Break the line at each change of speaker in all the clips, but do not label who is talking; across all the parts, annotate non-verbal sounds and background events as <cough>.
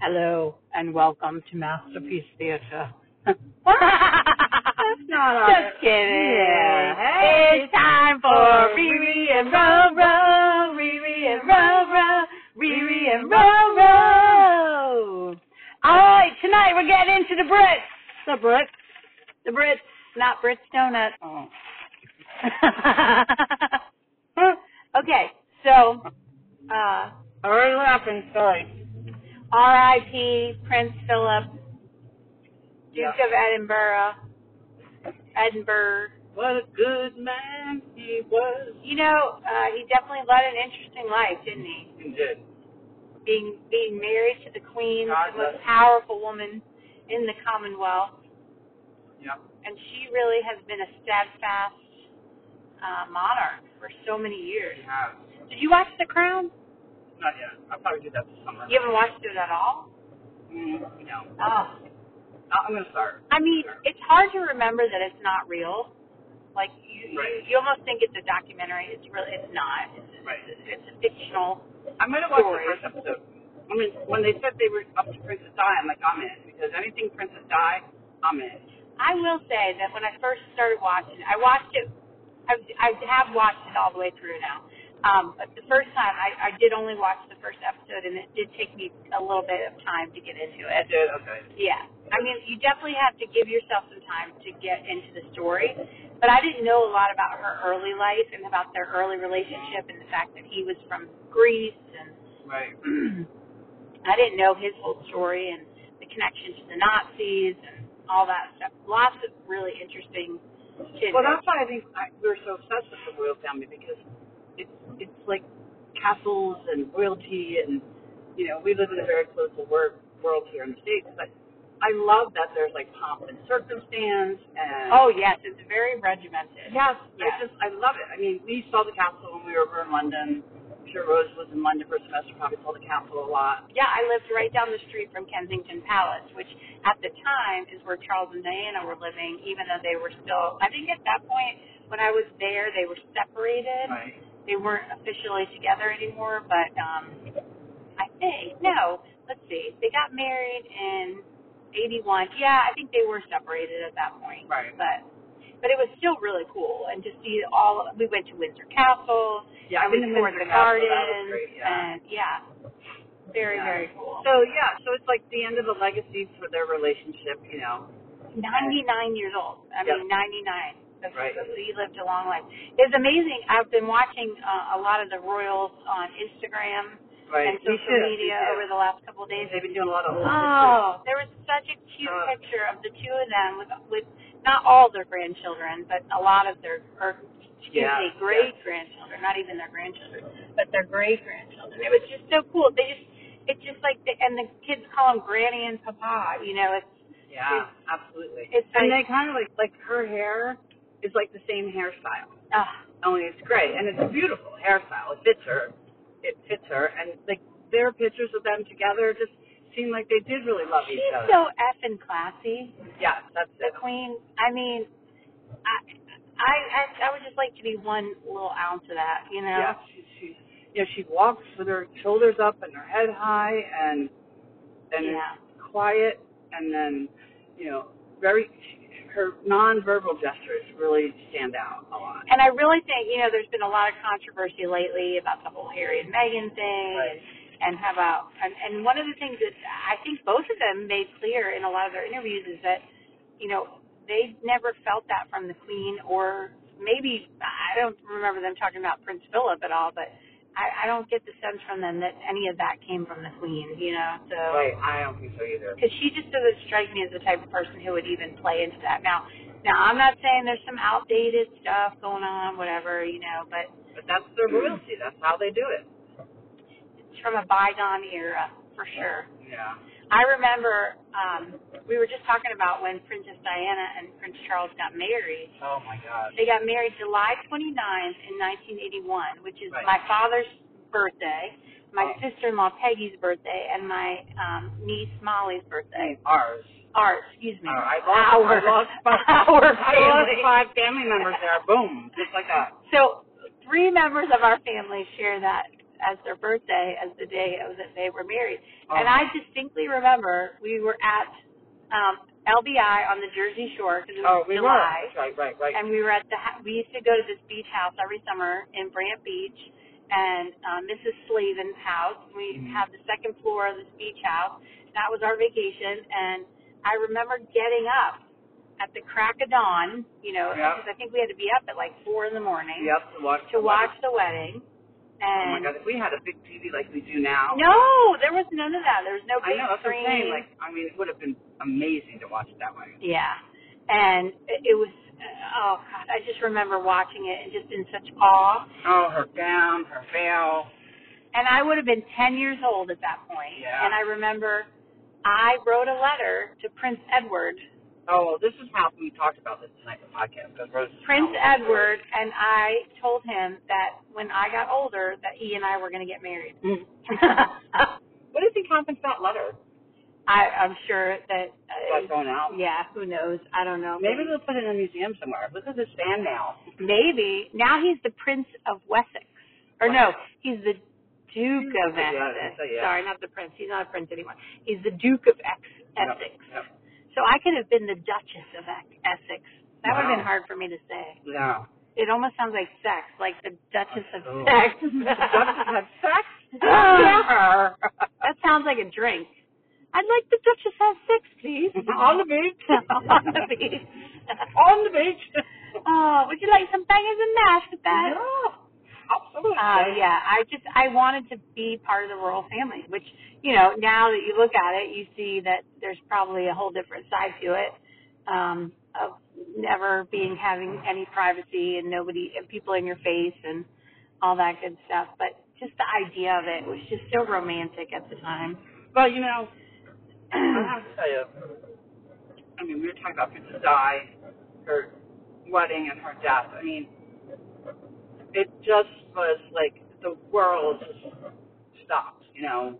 Hello and welcome to Masterpiece Theater.
That's not all. right.
Just kidding.
Yeah.
It's time for Riri and Ro Ro, Riri and Ro Ro, Riri and Ro Ro. All right, tonight we're getting into the Brits. The Brits. The Brits, not Brits Donut. Oh. okay, so, <laughs> uh,
Already laughing. Sorry.
R.I.P. Prince Philip, Duke
Yeah.
of Edinburgh, Edinburgh.
What a good man he was.
You know, uh, he definitely led an interesting life, didn't he?
He did.
Being being married to the Queen,
God
the most
bless him.
powerful woman in the Commonwealth,
Yeah.
and she really has been a steadfast uh, monarch for so many years.
He has.
Did you watch The Crown?
Not yet. I'll probably do that this summer.
You haven't watched it at all.
Mm, no.
Oh,
I- I'm gonna start.
I mean, it's hard to remember that it's not real. Like you,
Right.
you, you almost think it's a documentary. It's really, it's not. It's,
Right.
it's a fictional.
I'm gonna watch
Story.
the first episode. I mean, when they said they were up to Princess Di, I'm like, I'm in because anything Princess Di, I'm in.
I will say that when I first started watching, I watched it. I, I have watched it all the way through now. Um, but the first time, I, I did only watch the first episode, and it did take me a little bit of time to get into
I
it.
did. Okay.
Yeah, I mean, you definitely have to give yourself some time to get into the story. But I didn't know a lot about her early life and about their early relationship and the fact that he was from Greece and <clears throat>
Right.
I didn't know his whole story and the connection to the Nazis and all that stuff. Lots of really interesting tidbits.
Well, that's why I think I, we're so obsessed with the royal family because it's it's like castles and royalty and you know we live in a very political wor- world here in the states, but I love that there's like pomp and circumstance and
oh yes, it's very regimented.
yes, I
yeah.
just I love it. I mean, we saw the castle when we were over in London. I'm sure Rose was in London for a semester, probably saw the castle a lot.
Yeah, I lived right down the street from Kensington Palace, which at the time is where Charles and Diana were living, even though they were still. I think at that point when I was there, they were separated.
Right.
they weren't officially together anymore, but um, I think no. Let's see. They got married in '81. Yeah, I think they were separated at that point.
Right.
But but it was still really cool, and to see all. We went to Windsor Castle.
Yeah,
we toured the
Castle,
gardens,
that was great, yeah.
and yeah, very
Yeah.
very cool.
So yeah, so it's like the end of the legacy for their relationship, you know.
99 years old. I
Yeah.
mean, 99. That's-
Right.
that's- He lived a long life. It's amazing. I've been watching uh, a lot of the royals on Instagram
Right.
and
We
social
should, we
media
should.
over the last couple of days.
They've been doing a lot of old pictures.
Oh, there was such a cute
Uh,
picture of the two of them with with not all their grandchildren, but a lot of their or excuse
Yeah,
me, great grandchildren, not even their grandchildren, but their great grandchildren. It was just so cool. They just it's just like the, and the kids call them Granny and Papa. You know, it's
Yeah, absolutely.
It's
and
like-
they kind of like like her hair is like the same hairstyle,
uh,
only it's gray, and it's a beautiful hairstyle. It fits her. It fits her, and like their pictures of them together just seem like they did really love each
she's
other.
so effing classy.
yeah, that's
The
it.
queen. I mean, I I I, I would just like to be one little ounce of that. You know.
Yeah, she, she, you know, she walks with her shoulders up and her head high, and and
yeah.
quiet and then you know very her nonverbal gestures really stand out a lot
And I really think, you know, there's been a lot of controversy lately about the whole Harry and Meghan thing
Right.
and how about and, and one of the things that I think both of them made clear in a lot of their interviews is that, you know, they never felt that from the Queen or maybe I don't remember them talking about Prince Philip at all, but I, I don't get the sense from them that any of that came from the Queen, you know. So
right i don't think so either
because she just doesn't strike me as the type of person who would even play into that. Now, now I'm not saying there's some outdated stuff going on, whatever you know, but
but that's their royalty that's how they do it
it's from a bygone era for sure.
yeah
I remember um, we were just talking about when Princess Diana and Prince Charles got married.
oh my god
They got married July 29th in 1981, which is
Right.
my father's birthday, my
Oh.
sister-in-law Peggy's birthday, and my um, niece Molly's birthday.
ours
Our, excuse me.
Our- Oh, I lost,
our,
I lost five,
<laughs> our
<laughs> I lost
family.
five family members there. Boom, just like that.
So three members of our family share that as their birthday as the day that they were married.
Oh.
And I distinctly remember we were at um, LBI on the Jersey Shore because it was
Oh, we were.
July.
That's Right, right, right.
And we were at the ha- we used to go to this beach house every summer in Brant Beach, and um, Mrs. Slavin's house. We
Mhm.
had the second floor of this beach house. That was our vacation, and I remember getting up at the crack of dawn. You know,
Yeah.
because I think we had to be up at like four in the morning
Yep, to watch.
to watch the wedding.
Oh my
And
God, if we had a big TV like we do now.
no, there was none of that. There was no
I
big
know, that's what I'm
screen.
saying. Like, I mean, it would have been amazing to watch it that way.
Yeah, and it, it was. Oh God, I just remember watching it and just in such awe.
Oh, her gown, her veil.
And I would have been 10 years old at that point.
Yeah.
And I remember I wrote a letter to Prince Edward.
Oh, this is how we talked about this tonight in the podcast because Rose.
Prince Edward and I told him that when I got older that he and I were going to get married.
Mm.
<laughs> I,
What does he conference that letter?
I'm sure that, uh,
That's going out.
yeah, who knows? I don't know.
Maybe they'll put it in a museum somewhere. Look at this fan mail.
Maybe. Now he's the Prince of Wessex. Or no, he's the Duke of
Yeah,
Essex.
yeah, yeah.
Sorry, not the Prince. He's not a Prince anymore. He's the Duke of Ex-
Yep,
Essex.
yep.
So I could have been the Duchess of Ex- Essex. That would have been hard
Wow.
for me to say.
No.
It almost sounds like sex, like the Duchess of
Oh. <laughs>
Sex. <laughs>
have sex?
<laughs> Oh. Yeah. that sounds like a drink. I'd like the Duchess have sex,
<laughs>
please.
<laughs> On the
<laughs>
beach.
On the
<laughs>
beach.
On the beach.
<laughs> oh, would you like some bangers and mash with that?
Yeah, absolutely.
Uh, yeah, I just I wanted to be part of the royal family, which you know now that you look at it, you see that there's probably a whole different side to it um, of never being having any privacy and nobody and people in your face and all that good stuff. But just the idea of it was just so romantic at the time. <clears throat>
Well, you know, I have to tell you, I mean, we were talking about Princess Di, her wedding and her death. I mean, it just was like the world just stopped, you know.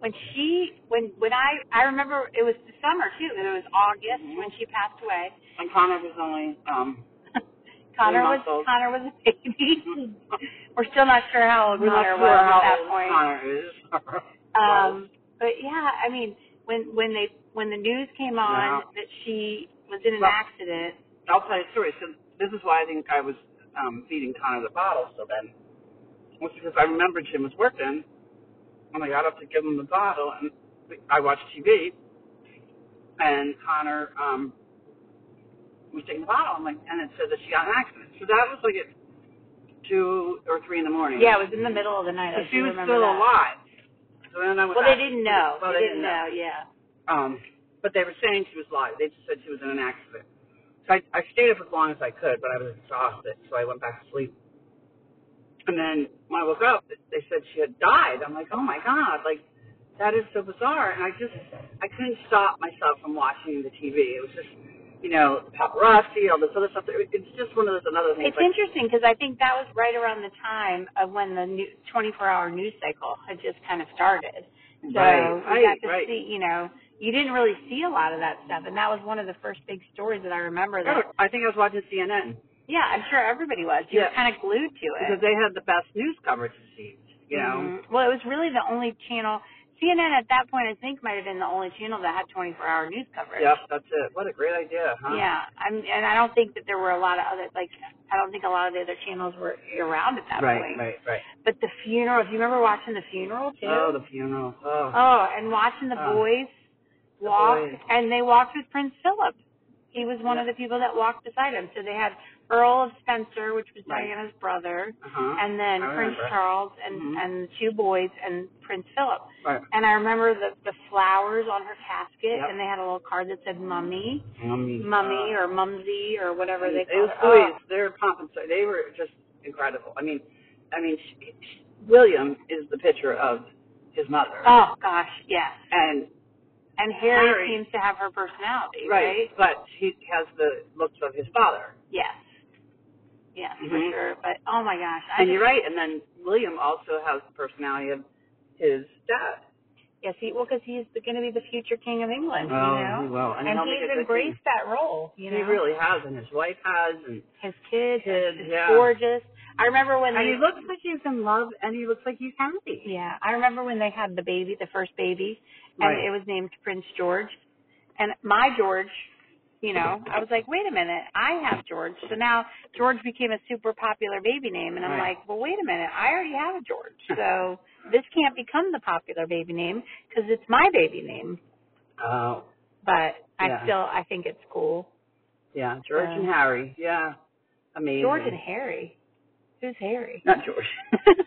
when she when when I I remember it was the summer too. It was August when she passed away.
And Connor was only, um,
Connor
Three
was
months old.
Connor was a baby.
<laughs>
We're still not sure how old
we're not
Connor
sure
was
how
at that
old
point.
Connor is. <laughs>
Um, but yeah, I mean, when when they when the news came on
Yeah.
that she was in an
Well-
accident,
I'll tell you a story. So this is why I think I was um, feeding Connor the bottle still then. Was because I remembered Jim was working, and I got up to give him the bottle, and I watched TV, and Connor um, was taking the bottle, and, like, and it said that she got in an accident. So that was like at two or three in the morning.
yeah, it was in the middle of the night.
So
I do
she was
remember
still
that.
alive. So then I went
Well, they
back-
didn't know.
Well,
they, didn't know. Yeah.
um, but they were saying she was live. They just said she was in an accident. So I, I stayed up as long as I could, but I was exhausted, so I went back to sleep. And then when I woke up, they said she had died. I'm like, oh my god, like that is so bizarre. And I just, I couldn't stop myself from watching the TV. It was just, you know, paparazzi, all this other stuff. It- It's just one of those another things.
It's interesting because I think that was right around the time of when the new 24-hour news cycle had just kind of started.
like,
So
right,
you
right,
got to
right.
see, you know, you didn't really see a lot of that stuff, and that was one of the first big stories that I remember. That
Oh, I think I was watching CNN
yeah, I'm sure everybody was. You were
Yeah.
kind of glued to it.
because they had the best news coverage. It seems, you know.
Mhm. Well, it was really the only channel. CNN at that point, I think, might have been the only channel that had 24-hour news coverage.
Yep, that's it. What a great idea,
Mm-hmm.
huh?
Yeah, I'm, and I don't think that there were a lot of other like I don't think a lot of the other channels were around at that
Right,
point.
right, right.
But the funeral, do you remember watching the funeral too?
Oh, the funeral. Oh.
Oh, and watching the
Oh.
boys
The
walk,
boys.
and they walked with Prince Philip. He was one of the people that walked beside him. So they had Earl of Spencer, which was
Right.
Diana's brother,
Uh-huh.
and then
I
Prince
remember.
Charles and
Mhm.
and the two boys and Prince Philip.
Right.
And I remember the the flowers on her casket,
Yep.
and they had a little card that said "Mummy,"
Mummy. Uh,
"Mummy" or "Mumsy" or whatever they
It Oh.
call
was
it.
always their compensation. They were just incredible. I mean, I mean, she, she, William is the picture of his mother,
Oh, oh gosh, yes.
and
And Harry,
Harry.
seems to have her personality,
right, but he has the looks of his father.
Yes. Yes, for
Mhm.
sure. But oh my gosh, I
And
just,
you're right. And then William also has the personality of his dad.
yes, he well because he's going to be the future king of England, you know.
well,
And,
Oh, and, he'll make a
he's
good king.
embraced that role, you know.
He really has, and his wife has, and
his kids,
Kids,
is
yeah.
gorgeous. I remember when
And
they
he looks like he's in love, and he looks like he's happy.
Yeah, I remember when they had the baby, the first baby, and
Right.
it was named Prince George. And my George, you know, I was like, wait a minute, I have George. So now George became a super popular baby name, and I'm
Right.
like, well, wait a minute, I already have a George, so this can't become the popular baby name because it's my baby name.
Oh,
But I
Yeah.
still, I think it's cool.
yeah, George and
Yeah.
Harry. Yeah, amazing.
George and Harry. Who's Harry? <laughs>
not George. <laughs>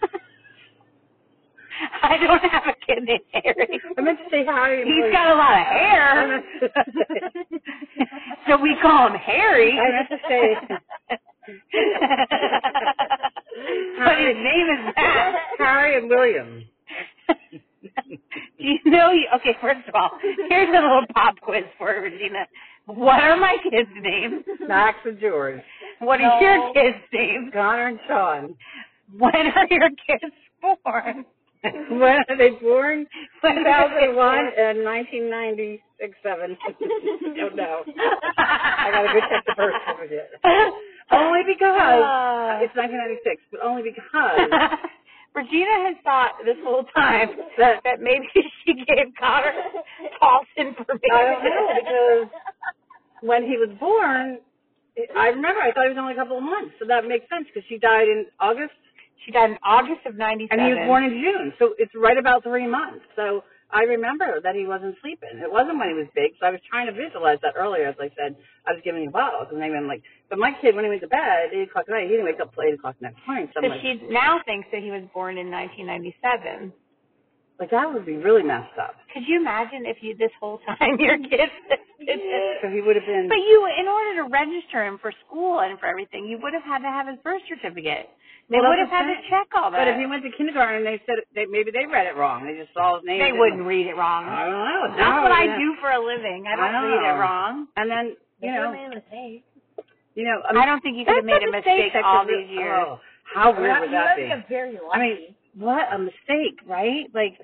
I don't have a kid named Harry.
I meant to say Harry.
He's got a lot of
<laughs>
hair. so we call him Harry.
I was gonna say.
but his name is Matt.
Harry and William.
Do you know? You, okay, first of all, here's a little pop quiz for you, Regina. What are my kids' names?
Max and George.
What are your kids' names?
Connor and Sean.
When are your kids born?
when
<laughs>
are they born?
When are your kids
2001
born?
and 1996,
<laughs>
7. Don't know. I gotta go check the birth certificate.
<laughs>
Only because
Uh,
it's 1996, but only
<laughs>
because
Regina has thought this whole time
that
that maybe <laughs> she gave Connor false information.
I don't know because when he was born, I remember I thought he was only a couple of months, so that makes sense because she died in August
<laughs> she died in August of '97.
and he was born in June, so it's right about three months. So I remember that he wasn't sleeping. It wasn't when he was big, so I was trying to visualize that earlier. As I said, I was giving him bottles, and then I'm like, but my kid when he went to bed at eight o'clock at night, he didn't wake up till eight o'clock the next morning. So
So
I'm like,
she now thinks that he was born in 1997.
like that would be really messed up.
Could you imagine if you this whole time <laughs> your kids?
So he would have been.
But you, in order to register him for school and for everything, you would have had to have his birth certificate. They
Well,
would have
that's
had
the
to
thing.
check all that.
But if he went to kindergarten, they said they maybe they read it wrong. They just saw his name.
they
and
wouldn't read it wrong.
I don't know.
That's
No,
what I
yeah.
do for a living. I don't
I
read it
know.
wrong.
And then you know,
mistake.
you know,
I don't think you could have made a mistake all these years.
Oh, how weird would that be?
very
I mean, what a mistake, right? Like,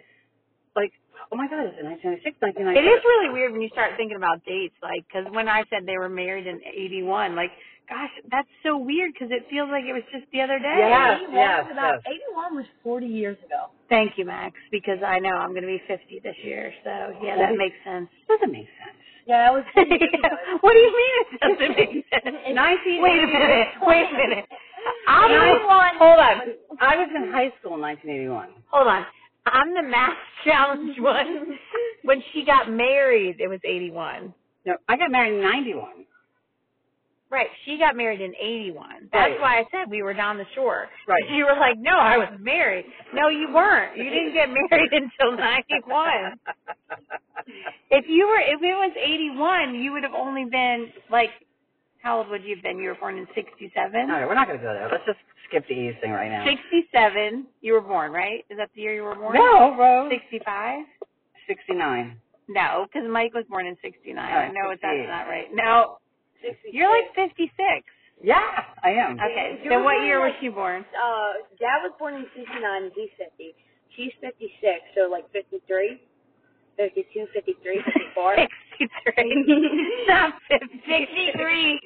like, oh my God, it's 1996,
it
1997.
is really weird when you start thinking about dates, like because when I said they were married in '81, like, gosh, that's so weird because it feels like it was just the other day.
Yes, yes, yes.
81 was 40 years ago.
Thank you, Max, because I know I'm going to be 50 this year, so yeah, that makes
<laughs>
sense.
Doesn't make sense.
Yeah, it was.
<laughs> what do you mean it doesn't make sense?
<laughs> 19.
Wait a minute. Wait a minute.
<laughs>
I'm
Ninety-one.
hold on.
I was in high school in 1981.
Hold on. I'm the math <laughs> challenge one. When she got married, it was 81.
No, I got married in 91.
Right. She got married in 81. That's
Right.
why I said we were down the shore.
Right.
You were like, no, I was married. No, you weren't. You didn't get <laughs> married until 91. If you were, if it was 81, you would have only been like, how old would you have been? You were born in 67?
<laughs> All right, we're not going to go there. Let's just skip the ease thing right now.
67, you were born, right? Is that the year you were born?
No, bro.
65?
69.
No, because Mike was born in 69. I
Alright,
know it- that's
68.
not right. No, you're like 56.
Yeah, I am.
Okay,
You
so
were
what
born
year was
like-
she born?
Uh, Dad was born in 59 and he's 50. She's 56, so like 53, 52, 53, 54. <laughs>
63. <laughs> Not 56.
63.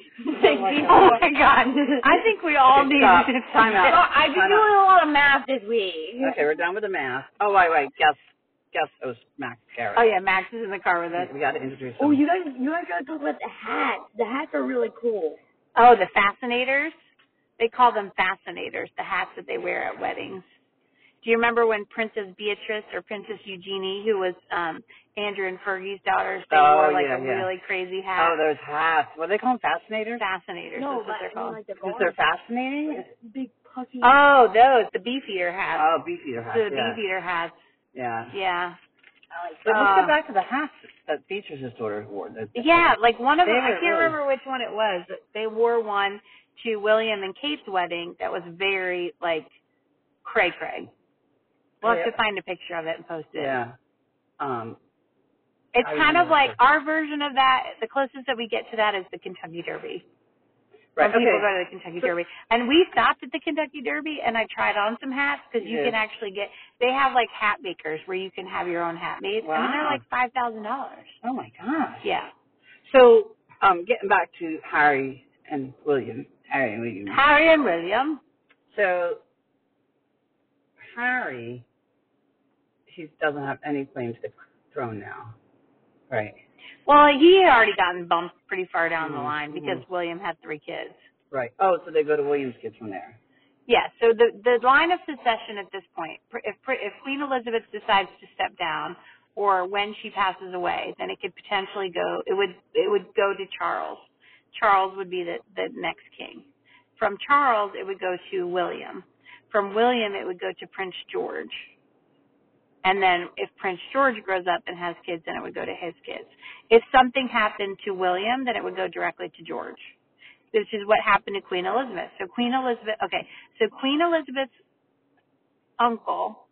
Oh my god. I think we all
Okay,
need
stop.
to
Time out.
Well, I've
Why
been
not?
doing a lot of math this week.
Okay, we're done with the math. Oh, wait, wait. Guess, guess host Max Garrett.
Oh yeah, Max is in the car with us.
We got to introduce him.
Oh, you guys, you guys gotta talk about the hats. The hats are really cool.
Oh, the fascinators. They call them fascinators, the hats that they wear at weddings. Do you remember when Princess Beatrice or Princess Eugenie, who was um Andrew and Fergie's daughters, they
Oh,
wore like
yeah,
a
yeah.
really crazy hat?
Oh, those hats. What do they call them? Fascinators?
fascinators.
No,
that's
but
what they're
I mean,
called.
like the
Because
bars.
they're fascinating?
big puffy.
Oh, those the beef eater hats.
Oh, beef eater hats.
the
yeah.
beef eater hats.
Yeah.
Yeah.
I like
But let's
Uh,
go back to the hats that Beatrice's daughter wore. The-
Yeah, like one of
They
them. I
were
can't
really-
remember which one it was. but They wore one to William and Kate's wedding that was very like cray cray. We'll have
Yeah.
to find a picture of it and post it.
Yeah. Um,
It's
I
kind of
remember
like
that.
our version of that. The closest that we get to that is the Kentucky Derby.
right.
When people
okay.
go to the Kentucky
So-
Derby, and we stopped at the Kentucky Derby, and I tried on some hats because you
Yeah.
can actually get. They have like hat makers where you can have your own hat made, and they're
Wow.
like five thousand dollars.
oh, my gosh.
Yeah.
So, um, getting back to Harry and William. Harry and William.
Harry and William.
So Harry, he doesn't have any claim to the throne now, right?
Well, he had already gotten bumped pretty far down the
Mhm,
line because
mhm.
William had three kids.
Right. Oh, so they go to William's kids from there.
Yeah, so the the line of succession at this point, pr- if pr- if Queen Elizabeth decides to step down or when she passes away, then it could potentially go it would it would go to Charles. Charles would be the the next king. From Charles it would go to William. From William it would go to Prince George. And then if Prince George grows up and has kids, then it would go to his kids. If something happened to William, then it would go directly to George. Which is what happened to Queen Elizabeth. So Queen Elizabeth, okay, so Queen Elizabeth's uncle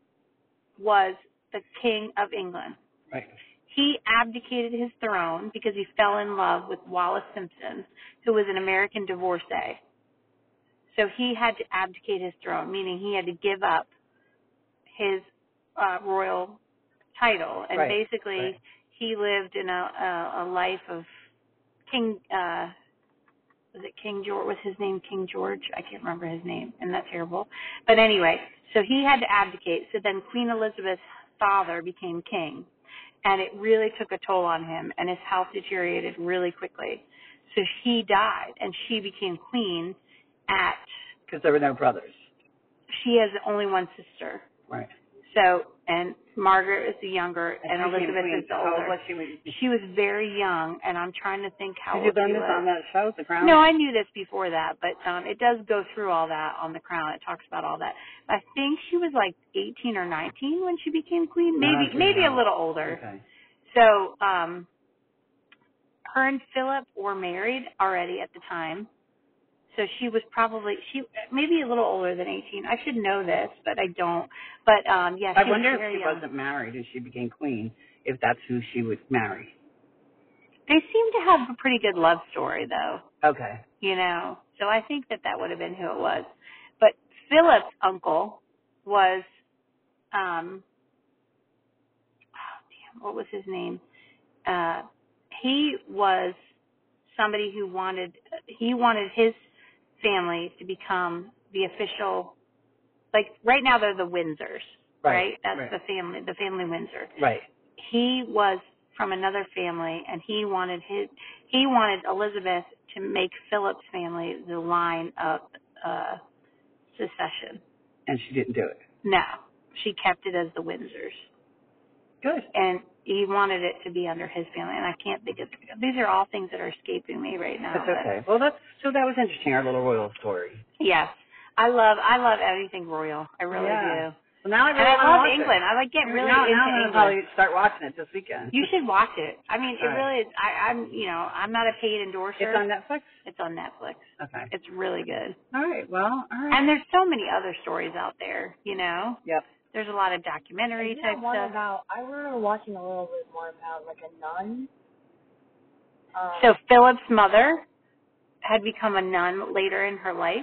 was the King of England.
Right.
He abdicated his throne because he fell in love with Wallace Simpson, who was an American divorcee. So he had to abdicate his throne, meaning he had to give up his uh, royal title, and
Right,
basically
right.
he lived in a, a, a life of King. Uh, was it King George? Was his name King George? I can't remember his name, and that's terrible. But anyway, so he had to abdicate. So then Queen Elizabeth's father became king, and it really took a toll on him, and his health deteriorated really quickly. So he died, and she became queen at.
Because there were no brothers.
She has only one sister.
Right.
So, and Margaret is the younger, and
she became
Elizabeth
queen,
is the
so how old
older.
was she when you-
She was very young, and I'm trying to think how
Did you
old
learn
she
this
was.
on that show, The Crown?
No, I knew this before that, but um it does go through all that on the crown. It talks about all that. I think she was like 18 or 19 when she became queen,
No,
maybe
that's
maybe a
young.
little older.
Okay.
So, um, her and Philip were married already at the time. So she was probably she maybe a little older than 18. I should know this, but I don't. But um yeah, she
I wonder
was
if
very
she
young.
wasn't married and she became queen, if that's who she would marry.
They seem to have a pretty good love story though.
Okay.
you know. So I think that that would have been who it was. But Philip's uncle was, um, oh damn, what was his name? Uh, he was somebody who wanted he wanted his family to become the official. Like right now, they're the Windsors, right?
Right.
That's
right.
the family, the family Windsor
right.
he was from another family and he wanted his he wanted Elizabeth to make Philip's family the line of uh secession.
And she didn't do it.
No. She kept it as the Windsors.
Good.
And he wanted it to be under his family and I can't think of these are all things that are escaping me right now.
That's
but-
okay. Well, that's so that was interesting. Our little royal story.
Yes. I love I love anything royal. I really
Yeah.
do.
Well, now I
And
really
I
wanna
love
watch it.
England. I like get really
now,
into
now I'm
England.
gonna probably start watching it this weekend.
<laughs> You should watch it. I mean, it
All right.
really is. I, I'm, you know, I'm not a paid endorser.
It's on Netflix.
It's on Netflix.
Okay.
It's really good.
All right. Well. All right.
And there's so many other stories out there, you know.
yep.
There's a lot of documentary
Isn't
type
that one
stuff.
about? I remember watching a little bit more about like a nun. Um,
So Philip's mother had become a nun later in her life.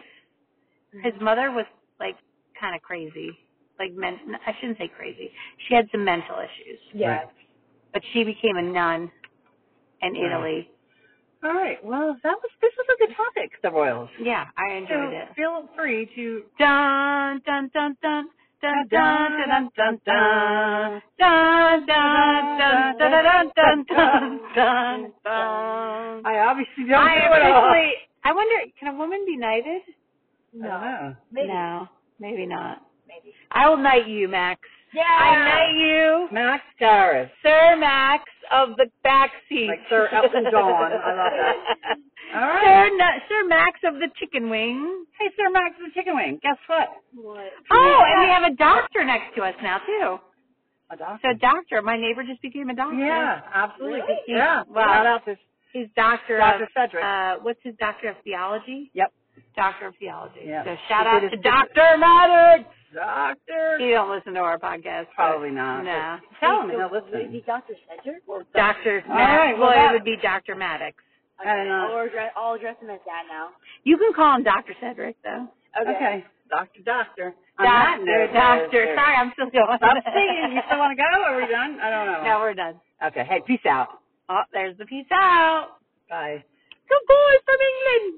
Mm-hmm.
Um,
His mother was like kind of crazy. Like men I shouldn't say crazy. She had some mental issues,
yeah,
Right.
but she became a nun in
Right.
Italy.
All right. Well, that was this was a good topic. The royals.
Yeah, I enjoyed
so
it.
feel free to.
Dun dun dun dun dun dun dun dun dun.
dun.
Dun, dun, dun, dun, dun, dun, dun, dun, dun.
I obviously don't
I
do it all.
officially. I wonder, can a woman be knighted?
I don't know.
Maybe.
No, maybe not.
Maybe.
I will knight you, Max.
Yeah.
I knight you,
Max Garris.
Sir Max of the backseat.
Like Sir
<laughs>
Elton John. I love that. All right.
Sir, Na- Sir Max of the chicken wing.
Hey, Sir Max the Chicken Wing. Guess what?
What?
Oh, and we have a doctor next to us now too.
A doctor.
So doctor, my neighbor just became a doctor.
Yeah, absolutely.
Really?
Yeah.
Wow.
Shout out to
He's doctor of
Dr. Frederick.
uh, what's his doctor of theology?
Yep.
Doctor of theology.
Yeah.
So shout
He
out
did
to
his-
Doctor Maddox.
Doctor.
He don't listen to our podcast. but-
Probably not.
No.
Tell him
So
he'll
Would it be
listen.
Dr. Cedric? Or
Doctor
All
Maddox.
right, well,
well, it
that-
would be Doctor Maddox.
I don't know.
I'll address, I'll address him as that now.
You can call him Doctor Cedric though.
Okay. Doctor, doctor. On that
Doctor,
note,
Doctor.
there's-
Sorry, I'm still going.
Stop singing. You
<laughs>
still want to go? Are we done? I don't know.
No, we're done.
Okay. Hey, peace out.
Oh, there's the peace out.
Bye.
Good boy from England.